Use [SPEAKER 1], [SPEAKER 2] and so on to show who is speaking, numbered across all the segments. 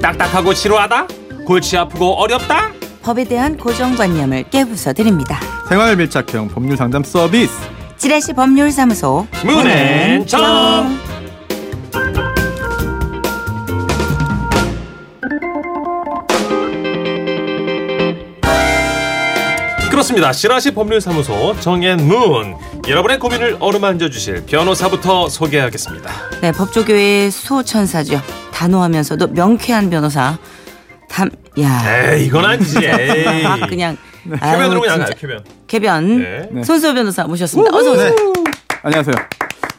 [SPEAKER 1] 딱딱하고 지루하다? 골치 아프고 어렵다?
[SPEAKER 2] 법에 대한 고정관념을 깨부숴 드립니다.
[SPEAKER 3] 생활 밀착형 법률 상담 서비스.
[SPEAKER 2] 지라시 법률사무소
[SPEAKER 1] 문앤정 그렇습니다. 시라시 법률사무소 정앤문 여러분의 고민을 어루만져 주실 변호사부터 소개하겠습니다.
[SPEAKER 2] 네, 법조계의 수호천사죠. 단호하면서도 명쾌한 변호사. 담, 야.
[SPEAKER 1] 에이 이건 아니지. 에이.
[SPEAKER 2] 막 그냥. 아유,
[SPEAKER 1] 큐변으로 그냥
[SPEAKER 2] 진짜.
[SPEAKER 1] 가요. 큐변.
[SPEAKER 2] 개변.
[SPEAKER 1] 네.
[SPEAKER 3] 네.
[SPEAKER 2] 손수호 변호사 모셨습니다. 어서 오세요.
[SPEAKER 3] 네. 안녕하세요.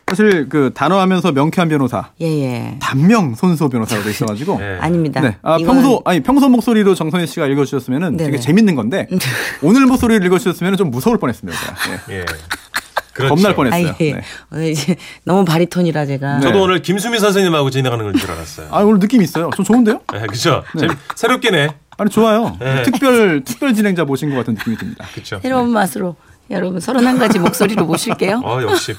[SPEAKER 3] 사실 그 단어하면서 명쾌한 변호사.
[SPEAKER 2] 예, 예.
[SPEAKER 3] 단명 손소 변호사로 돼 있어가지고.
[SPEAKER 1] 네.
[SPEAKER 2] 아닙니다.
[SPEAKER 3] 네. 아,
[SPEAKER 2] 이건
[SPEAKER 3] 평소 아니 평소 목소리로 정선희 씨가 읽어주셨으면은
[SPEAKER 2] 네네. 음.
[SPEAKER 3] 되게 재밌는 건데 오늘 목소리를 읽어주셨으면 좀 무서울 뻔했습니다. 제가. 예.
[SPEAKER 1] 예. 그렇죠.
[SPEAKER 2] 아,
[SPEAKER 3] 겁날
[SPEAKER 2] 예.
[SPEAKER 3] 뻔했어요.
[SPEAKER 2] 예.
[SPEAKER 3] 네.
[SPEAKER 2] 오늘 이제 너무 바리톤이라 제가.
[SPEAKER 3] 네.
[SPEAKER 1] 저도 오늘 김수미 선생님하고 진행하는 걸 줄 알았어요.
[SPEAKER 3] 아 오늘 느낌 있어요. 좀 좋은데요?
[SPEAKER 1] 예, 그죠? 재미- 새롭게네.
[SPEAKER 3] 아니 좋아요.
[SPEAKER 1] 네.
[SPEAKER 3] 특별 특별 진행자 모신 것 같은 느낌이 듭니다.
[SPEAKER 1] 그렇죠.
[SPEAKER 2] 새로운 맛으로 여러분 서른한 가지 목소리로 모실게요.
[SPEAKER 1] 아 역시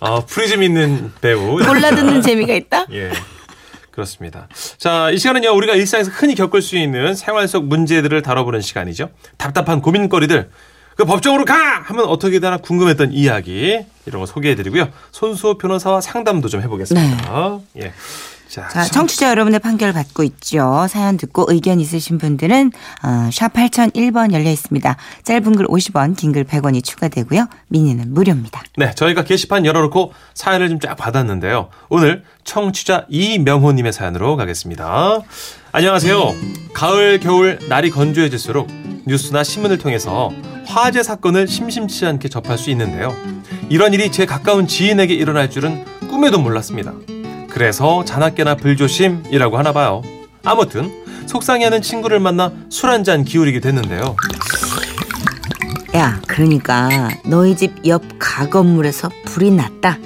[SPEAKER 1] 아 프리즘 있는 배우.
[SPEAKER 2] 골라 듣는 재미가 있다?
[SPEAKER 1] 예. 그렇습니다. 자, 이 시간은요, 우리가 일상에서 흔히 겪을 수 있는 생활 속 문제들을 다뤄보는 시간이죠. 답답한 고민거리들. 그 법정으로 가! 하면 어떻게 되나 궁금했던 이야기. 이런 거 소개해드리고요. 손수호 변호사와 상담도 좀 해보겠습니다. 예. 자,
[SPEAKER 2] 자, 청취자 여러분의 판결 받고 있죠. 사연 듣고 의견 있으신 분들은 어, 샵 8001번 열려 있습니다. 짧은 글 50원, 긴 글 100원이 추가되고요. 미니는 무료입니다.
[SPEAKER 1] 네, 저희가 게시판 열어놓고 사연을 좀 쫙 받았는데요. 오늘 청취자 이명호님의 사연으로 가겠습니다. 안녕하세요. 가을, 겨울 날이 건조해질수록 뉴스나 신문을 통해서 화재 사건을 심심치 않게 접할 수 있는데요. 이런 일이 제 가까운 지인에게 일어날 줄은 꿈에도 몰랐습니다. 그래서 자나깨나 불조심이라고 하나 봐요. 아무튼 속상해하는 친구를 만나 술 한 잔 기울이게 됐는데요.
[SPEAKER 2] 야, 그러니까 너희 집 옆 가건물에서 불이 났다.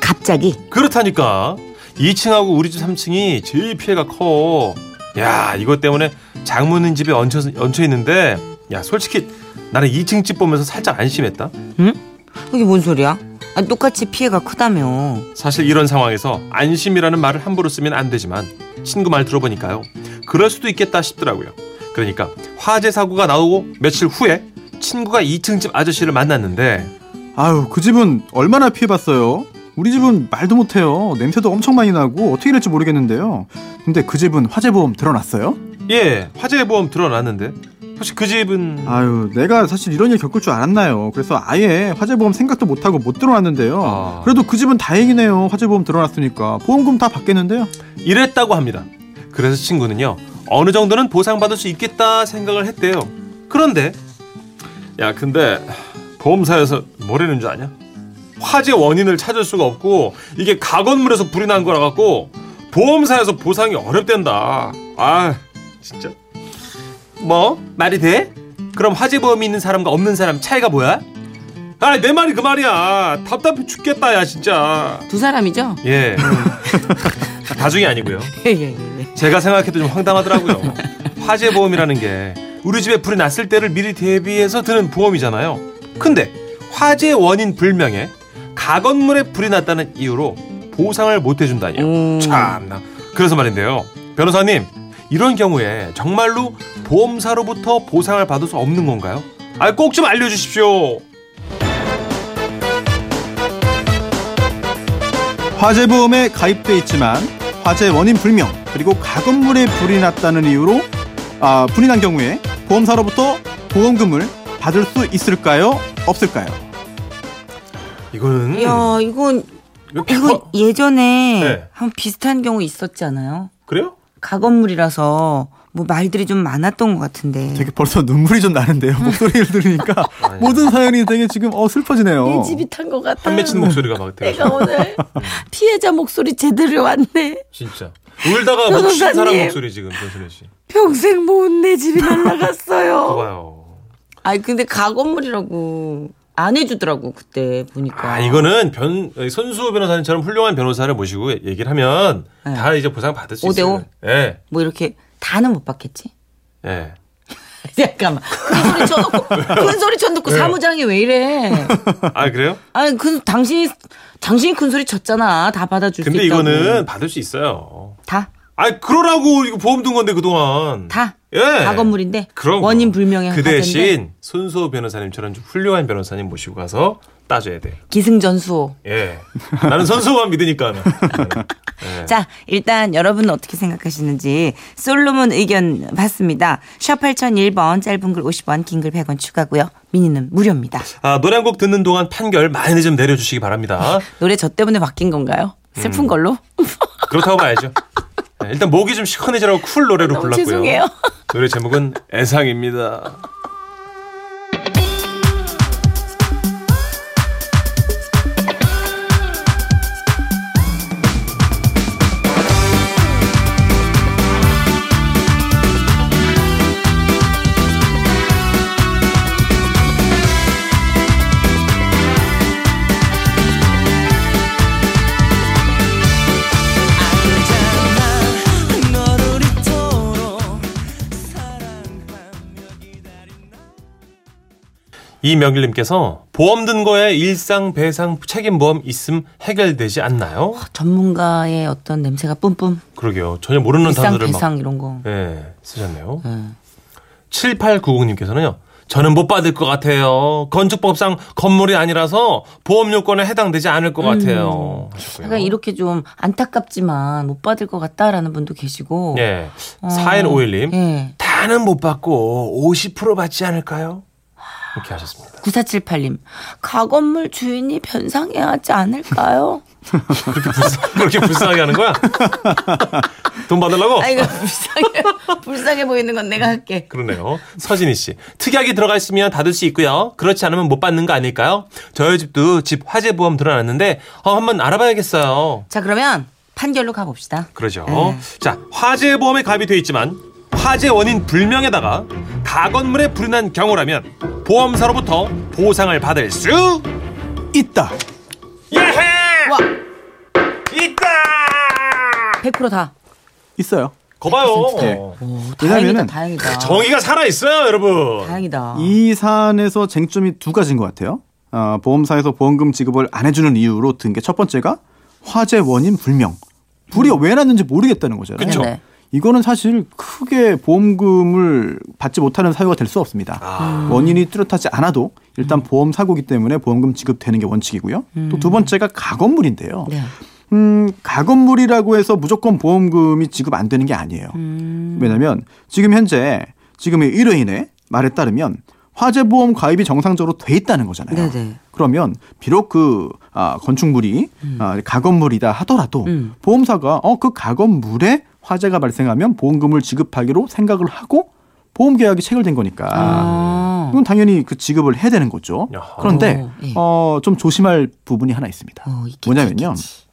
[SPEAKER 2] 갑자기
[SPEAKER 1] 그렇다니까 2층하고 우리 집 3층이 제일 피해가 커. 야 이것 때문에 장모님 집에 얹혀 얹혀 있는데 야 솔직히 나는 2층 집 보면서 살짝 안심했다.
[SPEAKER 2] 이게 뭔 소리야? 아, 똑같이 피해가 크다며.
[SPEAKER 1] 사실 이런 상황에서 안심이라는 말을 함부로 쓰면 안 되지만 친구 말 들어보니까요. 그럴 수도 있겠다 싶더라고요. 그러니까 화재 사고가 나오고 며칠 후에 친구가 2층 집 아저씨를 만났는데
[SPEAKER 3] 아유 그 집은 얼마나 피해봤어요. 우리 집은 말도 못해요. 냄새도 엄청 많이 나고 어떻게 될지 모르겠는데요. 근데 그 집은 화재 보험 들어놨어요?
[SPEAKER 1] 예 화재 보험 드러났는데 혹시 그 집은
[SPEAKER 3] 아유, 내가 사실 이런 일 겪을 줄 알았나요? 그래서 아예 화재보험 생각도 못하고 못 들어놨는데요.
[SPEAKER 1] 아.
[SPEAKER 3] 그래도 그 집은 다행이네요. 화재보험 들어놨으니까 보험금 다 받겠는데요.
[SPEAKER 1] 이랬다고 합니다. 그래서 친구는요 어느 정도는 보상받을 수 있겠다 생각을 했대요. 그런데 야 근데 보험사에서 뭐라는 줄 아냐? 화재 원인을 찾을 수가 없고 이게 가건물에서 불이 난 거라 갖고 보험사에서 보상이 어렵댄다. 아 진짜 뭐 말이 돼? 그럼 화재 보험이 있는 사람과 없는 사람 차이가 뭐야? 아 내 말이 그 말이야. 답답해 죽겠다 야 진짜.
[SPEAKER 2] 두 사람이죠?
[SPEAKER 1] 예. 음. 다중이 아니고요.
[SPEAKER 2] 예, 예, 예.
[SPEAKER 1] 제가 생각해도 좀 황당하더라고요. 화재 보험이라는 게 우리 집에 불이 났을 때를 미리 대비해서 드는 보험이잖아요. 근데 화재 원인 불명에 가건물에 불이 났다는 이유로 보상을 못 해준다니요.
[SPEAKER 2] 음.
[SPEAKER 1] 참나. 그래서 말인데요, 변호사님 이런 경우에 정말로 보험사로부터 보상을 받을 수 없는 건가요? 아, 꼭 좀 알려주십시오.
[SPEAKER 3] 화재보험에 가입돼 있지만 화재 원인 불명 그리고 가건물에 불이 났다는 이유로 아, 불이 난 경우에 보험사로부터 보험금을 받을 수 있을까요? 없을까요?
[SPEAKER 1] 이거는
[SPEAKER 2] 야, 이건
[SPEAKER 1] 이거 바-
[SPEAKER 2] 이건 예전에
[SPEAKER 1] 어? 네.
[SPEAKER 2] 한 비슷한 경우 있었잖아요.
[SPEAKER 1] 그래요?
[SPEAKER 2] 가건물이라서 뭐 말들이 좀 많았던 것 같은데.
[SPEAKER 3] 되게 벌써 눈물이 좀 나는데요. 목소리를 들으니까 모든 사연이 되게 지금 어 슬퍼지네요.
[SPEAKER 4] 내 집이 탄 것 같아.
[SPEAKER 1] 한
[SPEAKER 2] 음.
[SPEAKER 1] 맺힌 목소리가 막 들려.
[SPEAKER 4] 내가 오늘 피해자 목소리 제대로 왔네.
[SPEAKER 1] 진짜 울다가 막
[SPEAKER 4] 변호사님.
[SPEAKER 1] 죽은 사람 목소리 지금 변순혜 씨.
[SPEAKER 4] 평생 모은 내 집이 날라갔어요.
[SPEAKER 1] 봐요.
[SPEAKER 2] 아니 근데 가건물이라고 안 해주더라고 그때 보니까.
[SPEAKER 1] 아 이거는 변 선수 변호사님처럼 훌륭한 변호사를 모시고 얘기를 하면
[SPEAKER 2] 네.
[SPEAKER 1] 다 이제 보상 받을 수
[SPEAKER 2] 오대 오?
[SPEAKER 1] 있어요. 예.
[SPEAKER 2] 뭐 이렇게 다는 못 받겠지?
[SPEAKER 1] 예.
[SPEAKER 2] 잠깐만. 큰 소리 쳐놓고 큰
[SPEAKER 1] 네.
[SPEAKER 2] 소리 쳐놓고 사무장이 왜 이래?
[SPEAKER 1] 아 그래요?
[SPEAKER 2] 아니 그 당신이 당신이 큰 소리 쳤잖아. 다 받아줄
[SPEAKER 1] 근데
[SPEAKER 2] 수 있다고.
[SPEAKER 1] 이거는 받을 수 있어요.
[SPEAKER 2] 다.
[SPEAKER 1] 아니 그러라고 이거 보험 든 건데 그동안.
[SPEAKER 2] 다
[SPEAKER 1] 예.
[SPEAKER 2] 가건물인데
[SPEAKER 1] 그럼
[SPEAKER 2] 원인 불명의
[SPEAKER 1] 그
[SPEAKER 2] 화재인데
[SPEAKER 1] 대신 손수호 변호사님처럼 좀 훌륭한 변호사님 모시고 가서 따져야 돼.
[SPEAKER 2] 기승전수호.
[SPEAKER 1] 예. 나는 손수호만 믿으니까. 나는. 예.
[SPEAKER 2] 자, 일단 여러분은 어떻게 생각하시는지 솔로몬 의견 봤습니다. 샵 8001번 짧은 글 50원, 긴 글 100원 추가고요. 미니는 무료입니다.
[SPEAKER 1] 아, 노래 한 곡 듣는 동안 판결 많이 좀 내려주시기 바랍니다.
[SPEAKER 4] 노래 저 때문에 바뀐 건가요? 슬픈
[SPEAKER 1] 음.
[SPEAKER 4] 걸로?
[SPEAKER 1] 그렇다고 봐야죠. 네, 일단 목이 좀 시커해지라고 쿨 노래로
[SPEAKER 4] 너무
[SPEAKER 1] 불렀고요.
[SPEAKER 4] 죄송해요.
[SPEAKER 1] 노래 제목은 애상입니다. 이명길님께서 보험 든 거에 일상 배상 책임 보험 있음 해결되지 않나요?
[SPEAKER 2] 전문가의 어떤 냄새가 뿜뿜.
[SPEAKER 1] 그러게요. 전혀 모르는
[SPEAKER 2] 비상
[SPEAKER 1] 단어를 음, 막
[SPEAKER 2] 배상 이런 거.
[SPEAKER 1] 예, 쓰셨네요.
[SPEAKER 2] 음.
[SPEAKER 1] 7890님께서는요. 저는 못 받을 것 같아요. 건축법상 건물이 아니라서 보험 요건에 해당되지 않을 것 같아요. 하셨고요.
[SPEAKER 2] 약간 이렇게 좀 안타깝지만 못 받을 것 같다라는 분도 계시고.
[SPEAKER 1] 예.
[SPEAKER 2] 어,
[SPEAKER 1] 4151님.
[SPEAKER 2] 예.
[SPEAKER 1] 다는 못 받고 50% 받지 않을까요? 이렇게 하셨습니다.
[SPEAKER 2] 9478님.
[SPEAKER 4] 가건물 주인이 변상해야 하지 않을까요?
[SPEAKER 1] 그렇게, 불쌍, 그렇게 불쌍하게 하는 거야? 돈 받으려고?
[SPEAKER 4] 아 이거 불쌍해 불쌍해 보이는 건 내가 할게.
[SPEAKER 1] 그러네요. 서진희 씨. 특약이 들어가 있으면 받을 수 있고요. 그렇지 않으면 못 받는 거 아닐까요? 저희 집도 집 화재 보험 들어놨는데 어, 한번 알아봐야겠어요.
[SPEAKER 2] 자, 그러면 판결로 가봅시다.
[SPEAKER 1] 그러죠.
[SPEAKER 4] 네.
[SPEAKER 1] 자, 화재 보험에 가입이 돼 있지만 화재 원인 불명에다가 가건물에 불이 난 경우라면 보험사로부터 보상을 받을 수
[SPEAKER 3] 있다.
[SPEAKER 1] 예헤!
[SPEAKER 4] 와.
[SPEAKER 1] 있다!
[SPEAKER 2] 100%다
[SPEAKER 3] 있어요.
[SPEAKER 1] 거봐요.
[SPEAKER 3] 네.
[SPEAKER 2] 다행이다,
[SPEAKER 3] 왜냐면은
[SPEAKER 2] 다행이다.
[SPEAKER 1] 정의가 살아있어요, 여러분.
[SPEAKER 2] 아. 다행이다.
[SPEAKER 3] 이 사안에서 쟁점이 두 가지인 것 같아요. 어, 보험사에서 보험금 지급을 안 해주는 이유로 든 게 첫 번째가 화재 원인 불명. 불이 왜 났는지 모르겠다는
[SPEAKER 1] 음.
[SPEAKER 3] 거잖아요.
[SPEAKER 1] 그쵸.
[SPEAKER 4] 네네.
[SPEAKER 3] 이거는 사실 크게 보험금을 받지 못하는 사유가 될 수 없습니다.
[SPEAKER 1] 아.
[SPEAKER 3] 원인이 뚜렷하지 않아도
[SPEAKER 4] 음.
[SPEAKER 3] 일단 보험 사고기 때문에 보험금 지급되는 게 원칙이고요. 또 두 번째가 가건물인데요.
[SPEAKER 2] 네.
[SPEAKER 3] 음, 가건물이라고 해서 무조건 보험금이 지급 안 되는 게 아니에요.
[SPEAKER 4] 음.
[SPEAKER 2] 음.
[SPEAKER 3] 왜냐면 지금 현재 지금의 1회인의 말에 따르면 화재보험 가입이 정상적으로 돼 있다는 거잖아요.
[SPEAKER 2] 네네.
[SPEAKER 3] 그러면 비록 그 아, 건축물이 아, 가건물이다 하더라도
[SPEAKER 2] 음.
[SPEAKER 3] 보험사가 어 그 가건물에 화재가 발생하면 보험금을 지급하기로 생각을 하고 보험 계약이 체결된 거니까
[SPEAKER 2] 아.
[SPEAKER 3] 이건 당연히 그 지급을 해야 되는 거죠.
[SPEAKER 1] 야하.
[SPEAKER 3] 그런데
[SPEAKER 2] 오, 예.
[SPEAKER 3] 어, 좀 조심할 부분이 하나 있습니다.
[SPEAKER 2] 어, 있겠지,
[SPEAKER 3] 뭐냐면요.
[SPEAKER 2] 있겠지.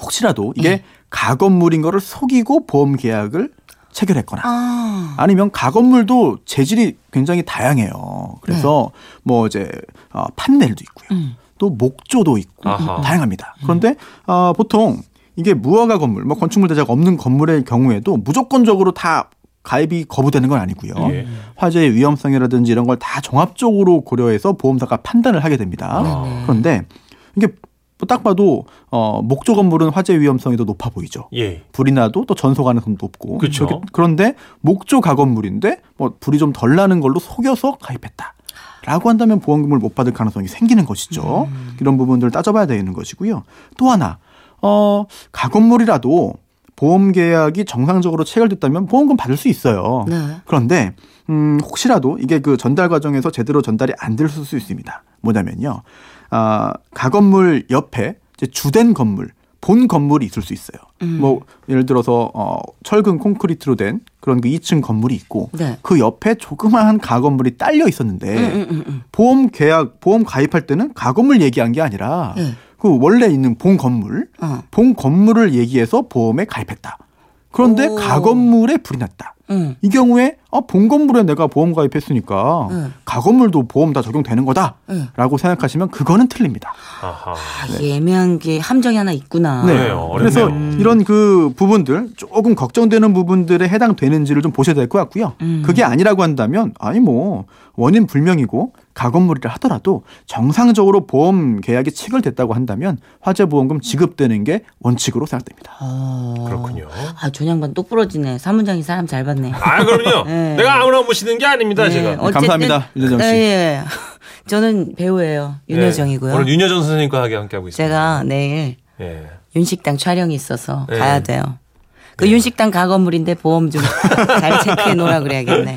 [SPEAKER 3] 혹시라도 이게
[SPEAKER 2] 예.
[SPEAKER 3] 가건물인 거를 속이고 보험 계약을 체결했거나
[SPEAKER 2] 아.
[SPEAKER 3] 아니면 가건물도 재질이 굉장히 다양해요. 그래서
[SPEAKER 2] 네.
[SPEAKER 3] 뭐 이제 어, 판넬도 있고요.
[SPEAKER 2] 음.
[SPEAKER 3] 또 목조도 있고
[SPEAKER 1] 아하.
[SPEAKER 3] 다양합니다. 그런데 어, 보통 이게 무허가 건물, 뭐 건축물 대자가 없는 건물의 경우에도 무조건적으로 다 가입이 거부되는 건 아니고요.
[SPEAKER 1] 예.
[SPEAKER 3] 화재의 위험성이라든지 이런 걸 다 종합적으로 고려해서 보험사가 판단을 하게 됩니다.
[SPEAKER 1] 아.
[SPEAKER 3] 그런데 이게 뭐딱 봐도 어, 목조 건물은 화재 위험성이 더 높아 보이죠.
[SPEAKER 1] 예.
[SPEAKER 3] 불이 나도 또 전소 가능성도 높고
[SPEAKER 1] 그쵸.
[SPEAKER 3] 그렇게- 그런데 목조 가건물인데 뭐 불이 좀 덜 나는 걸로 속여서 가입했다. 라고 한다면 보험금을 못 받을 가능성이 생기는 것이죠.
[SPEAKER 2] 음.
[SPEAKER 3] 이런 부분들을 따져봐야 되는 것이고요. 또 하나, 어, 가건물이라도 보험 계약이 정상적으로 체결됐다면 보험금 받을 수 있어요.
[SPEAKER 2] 네.
[SPEAKER 3] 그런데 음, 혹시라도 이게 그 전달 과정에서 제대로 전달이 안 될 수 있습니다. 뭐냐면요. 아, 가건물 옆에 이제 주된 건물, 본 건물이 있을 수 있어요.
[SPEAKER 2] 음.
[SPEAKER 3] 뭐 예를 들어서 어, 철근 콘크리트로 된 그런 그 2층 건물이 있고
[SPEAKER 2] 네. 음,
[SPEAKER 3] 그 옆에 조그마한 가건물이 딸려 있었는데 보험 계약 보험 가입할 때는 가건물 얘기한 게 아니라
[SPEAKER 2] 예.
[SPEAKER 3] 그 원래 있는 본 건물,
[SPEAKER 2] 어.
[SPEAKER 3] 본 건물을 얘기해서 보험에 가입했다. 그런데
[SPEAKER 2] 오.
[SPEAKER 3] 가건물에 불이 났다.
[SPEAKER 2] 응.
[SPEAKER 3] 이 경우에 아, 본 건물에 내가 보험 가입했으니까
[SPEAKER 2] 응.
[SPEAKER 3] 가건물도 보험 다 적용되는 거다라고
[SPEAKER 2] 응.
[SPEAKER 3] 생각하시면 그거는 틀립니다.
[SPEAKER 1] 아하.
[SPEAKER 2] 아, 예매한 게 함정이 하나 있구나.
[SPEAKER 1] 네. 어렵네요.
[SPEAKER 3] 그래서
[SPEAKER 1] 음.
[SPEAKER 3] 이런 그 부분들 조금 걱정되는 부분들에 해당되는지를 좀 보셔야 될 것 같고요.
[SPEAKER 2] 음.
[SPEAKER 3] 그게 아니라고 한다면 아니 뭐 원인 불명이고 가건물이라 하더라도 정상적으로 보험 계약이 체결됐다고 한다면 화재 보험금 지급되는 게 원칙으로 생각됩니다.
[SPEAKER 2] 어.
[SPEAKER 1] 그렇군요.
[SPEAKER 2] 아, 전양반 똑부러지네. 사무장이 사람 잘 봤네.
[SPEAKER 1] 아 그럼요.
[SPEAKER 2] 네.
[SPEAKER 1] 내가 아무나 모시는 게 아닙니다 제가.
[SPEAKER 2] 어쨌든-
[SPEAKER 3] 감사합니다, 윤여정 씨.
[SPEAKER 2] 예, 예. 저는 배우예요.
[SPEAKER 1] 예,
[SPEAKER 2] 윤여정이고요.
[SPEAKER 1] 오늘 윤여정 선생님과 함께 하고 있습니다.
[SPEAKER 2] 제가 내일
[SPEAKER 1] 예.
[SPEAKER 2] 윤식당 촬영이 있어서
[SPEAKER 1] 네.
[SPEAKER 2] 가야 돼요. 그 윤식당 가건물인데 보험 좀 잘 체크해 놓으라 그래야겠네.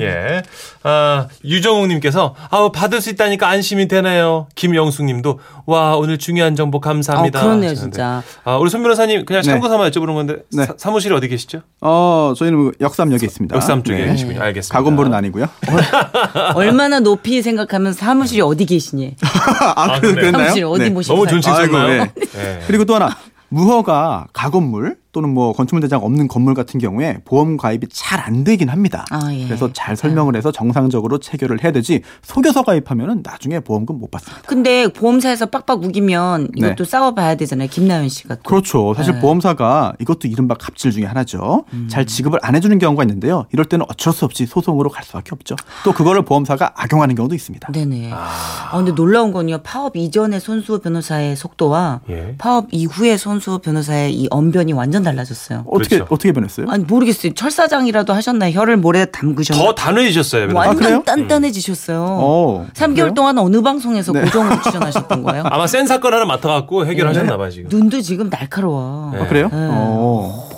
[SPEAKER 1] 예. 아, 유정욱님께서, 아우, 받을 수 있다니까 안심이 되네요. 김영숙님도, 와, 오늘 중요한 정보 감사합니다.
[SPEAKER 2] 아, 그렇네요,
[SPEAKER 1] 하셨는데.
[SPEAKER 2] 진짜.
[SPEAKER 1] 아, 우리 손 변호사님, 그냥
[SPEAKER 3] 네.
[SPEAKER 1] 참고 삼아 여쭤보는 건데,
[SPEAKER 3] 네.
[SPEAKER 1] 사, 무실이 어디 계시죠?
[SPEAKER 3] 어, 저희는 역삼역에 있습니다.
[SPEAKER 1] 역삼 쪽에
[SPEAKER 3] 네.
[SPEAKER 1] 계시군요. 알겠습니다.
[SPEAKER 3] 가건물은 아니고요.
[SPEAKER 2] 얼마나 높이 생각하면 사무실이 어디 계시니?
[SPEAKER 3] 아,
[SPEAKER 1] 아,
[SPEAKER 3] 그,
[SPEAKER 1] 그래요?
[SPEAKER 3] 그랬나요?
[SPEAKER 2] 사무실 어디
[SPEAKER 3] 네.
[SPEAKER 2] 모시고 네.
[SPEAKER 1] 너무
[SPEAKER 2] 살-
[SPEAKER 1] 존칭스러워요.
[SPEAKER 3] 아이고,
[SPEAKER 1] 네.
[SPEAKER 3] 그리고 또 하나 무허가 가건물 또는 뭐 건축물 대장 없는 건물 같은 경우에 보험 가입이 잘 안 되긴 합니다.
[SPEAKER 2] 아, 예.
[SPEAKER 3] 그래서 잘 설명을 해서 정상적으로 체결을 해야 되지 속여서 가입하면은 나중에 보험금 못 받습니다.
[SPEAKER 2] 근데 보험사에서 빡빡 우기면
[SPEAKER 3] 네.
[SPEAKER 2] 이것도 싸워봐야 되잖아요. 김나연 씨가 또.
[SPEAKER 3] 그렇죠. 사실
[SPEAKER 2] 네. 음.
[SPEAKER 3] 보험사가 이것도 이른바 갑질 중에 하나죠. 잘 지급을 안 해주는 경우가 있는데요. 이럴 때는 어쩔 수 없이 소송으로 갈 수밖에 없죠. 또 그거를 보험사가 악용하는 경우도 있습니다.
[SPEAKER 2] 네네. 아, 근데 놀라운 건요. 파업 이전의 손수호 변호사의 속도와
[SPEAKER 1] 예.
[SPEAKER 2] 파업 이후의 손수호 변호사의 이 언변이 완전 달라졌어요.
[SPEAKER 3] 어떻게
[SPEAKER 1] 그렇죠.
[SPEAKER 3] 어떻게 변했어요?
[SPEAKER 2] 아니 모르겠어요. 철사장이라도 하셨나요? 혀를 모래 담그셨나요?
[SPEAKER 1] 더 단호해지셨어요, 변호사님.
[SPEAKER 3] 아, 그래요?
[SPEAKER 2] 완전 단단해지셨어요.
[SPEAKER 3] 어,
[SPEAKER 2] 3개월
[SPEAKER 3] 그래요? 네.
[SPEAKER 2] 동안 어느 방송에서 고정으로 출연하셨던 거예요?
[SPEAKER 1] 아마 센 사건 하나 맡아갖고 해결하셨나봐요,
[SPEAKER 3] 예.
[SPEAKER 1] 지금.
[SPEAKER 2] 눈도 지금 날카로워.
[SPEAKER 1] 네.
[SPEAKER 3] 아, 그래요?
[SPEAKER 2] 네.
[SPEAKER 3] 어.
[SPEAKER 2] 하여튼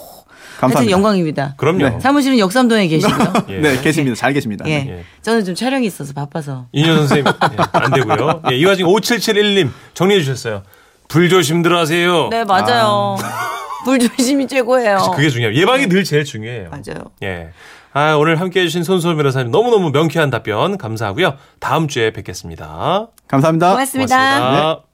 [SPEAKER 3] 감사합니다.
[SPEAKER 2] 영광입니다.
[SPEAKER 1] 그럼요.
[SPEAKER 3] 네.
[SPEAKER 2] 사무실은 역삼동에 계시고요.
[SPEAKER 1] 예.
[SPEAKER 3] 네, 계십니다. 잘 계십니다.
[SPEAKER 2] 예.
[SPEAKER 1] 예.
[SPEAKER 2] 저는 좀 촬영이 있어서 바빠서.
[SPEAKER 1] 윤여정 선생님, 예, 안 되고요. 예, 이 와중에 5771님, 정리해주셨어요. 불조심들 하세요.
[SPEAKER 2] 네, 맞아요. 불조심이 최고예요.
[SPEAKER 1] 그게 중요해요. 예방이 늘 제일 중요해요.
[SPEAKER 2] 맞아요.
[SPEAKER 1] 예. 아, 오늘 함께 해주신 손수호 변호사님 너무너무 명쾌한 답변 감사하고요. 다음 주에 뵙겠습니다.
[SPEAKER 3] 감사합니다.
[SPEAKER 2] 고맙습니다. 네.
[SPEAKER 1] 고맙습니다.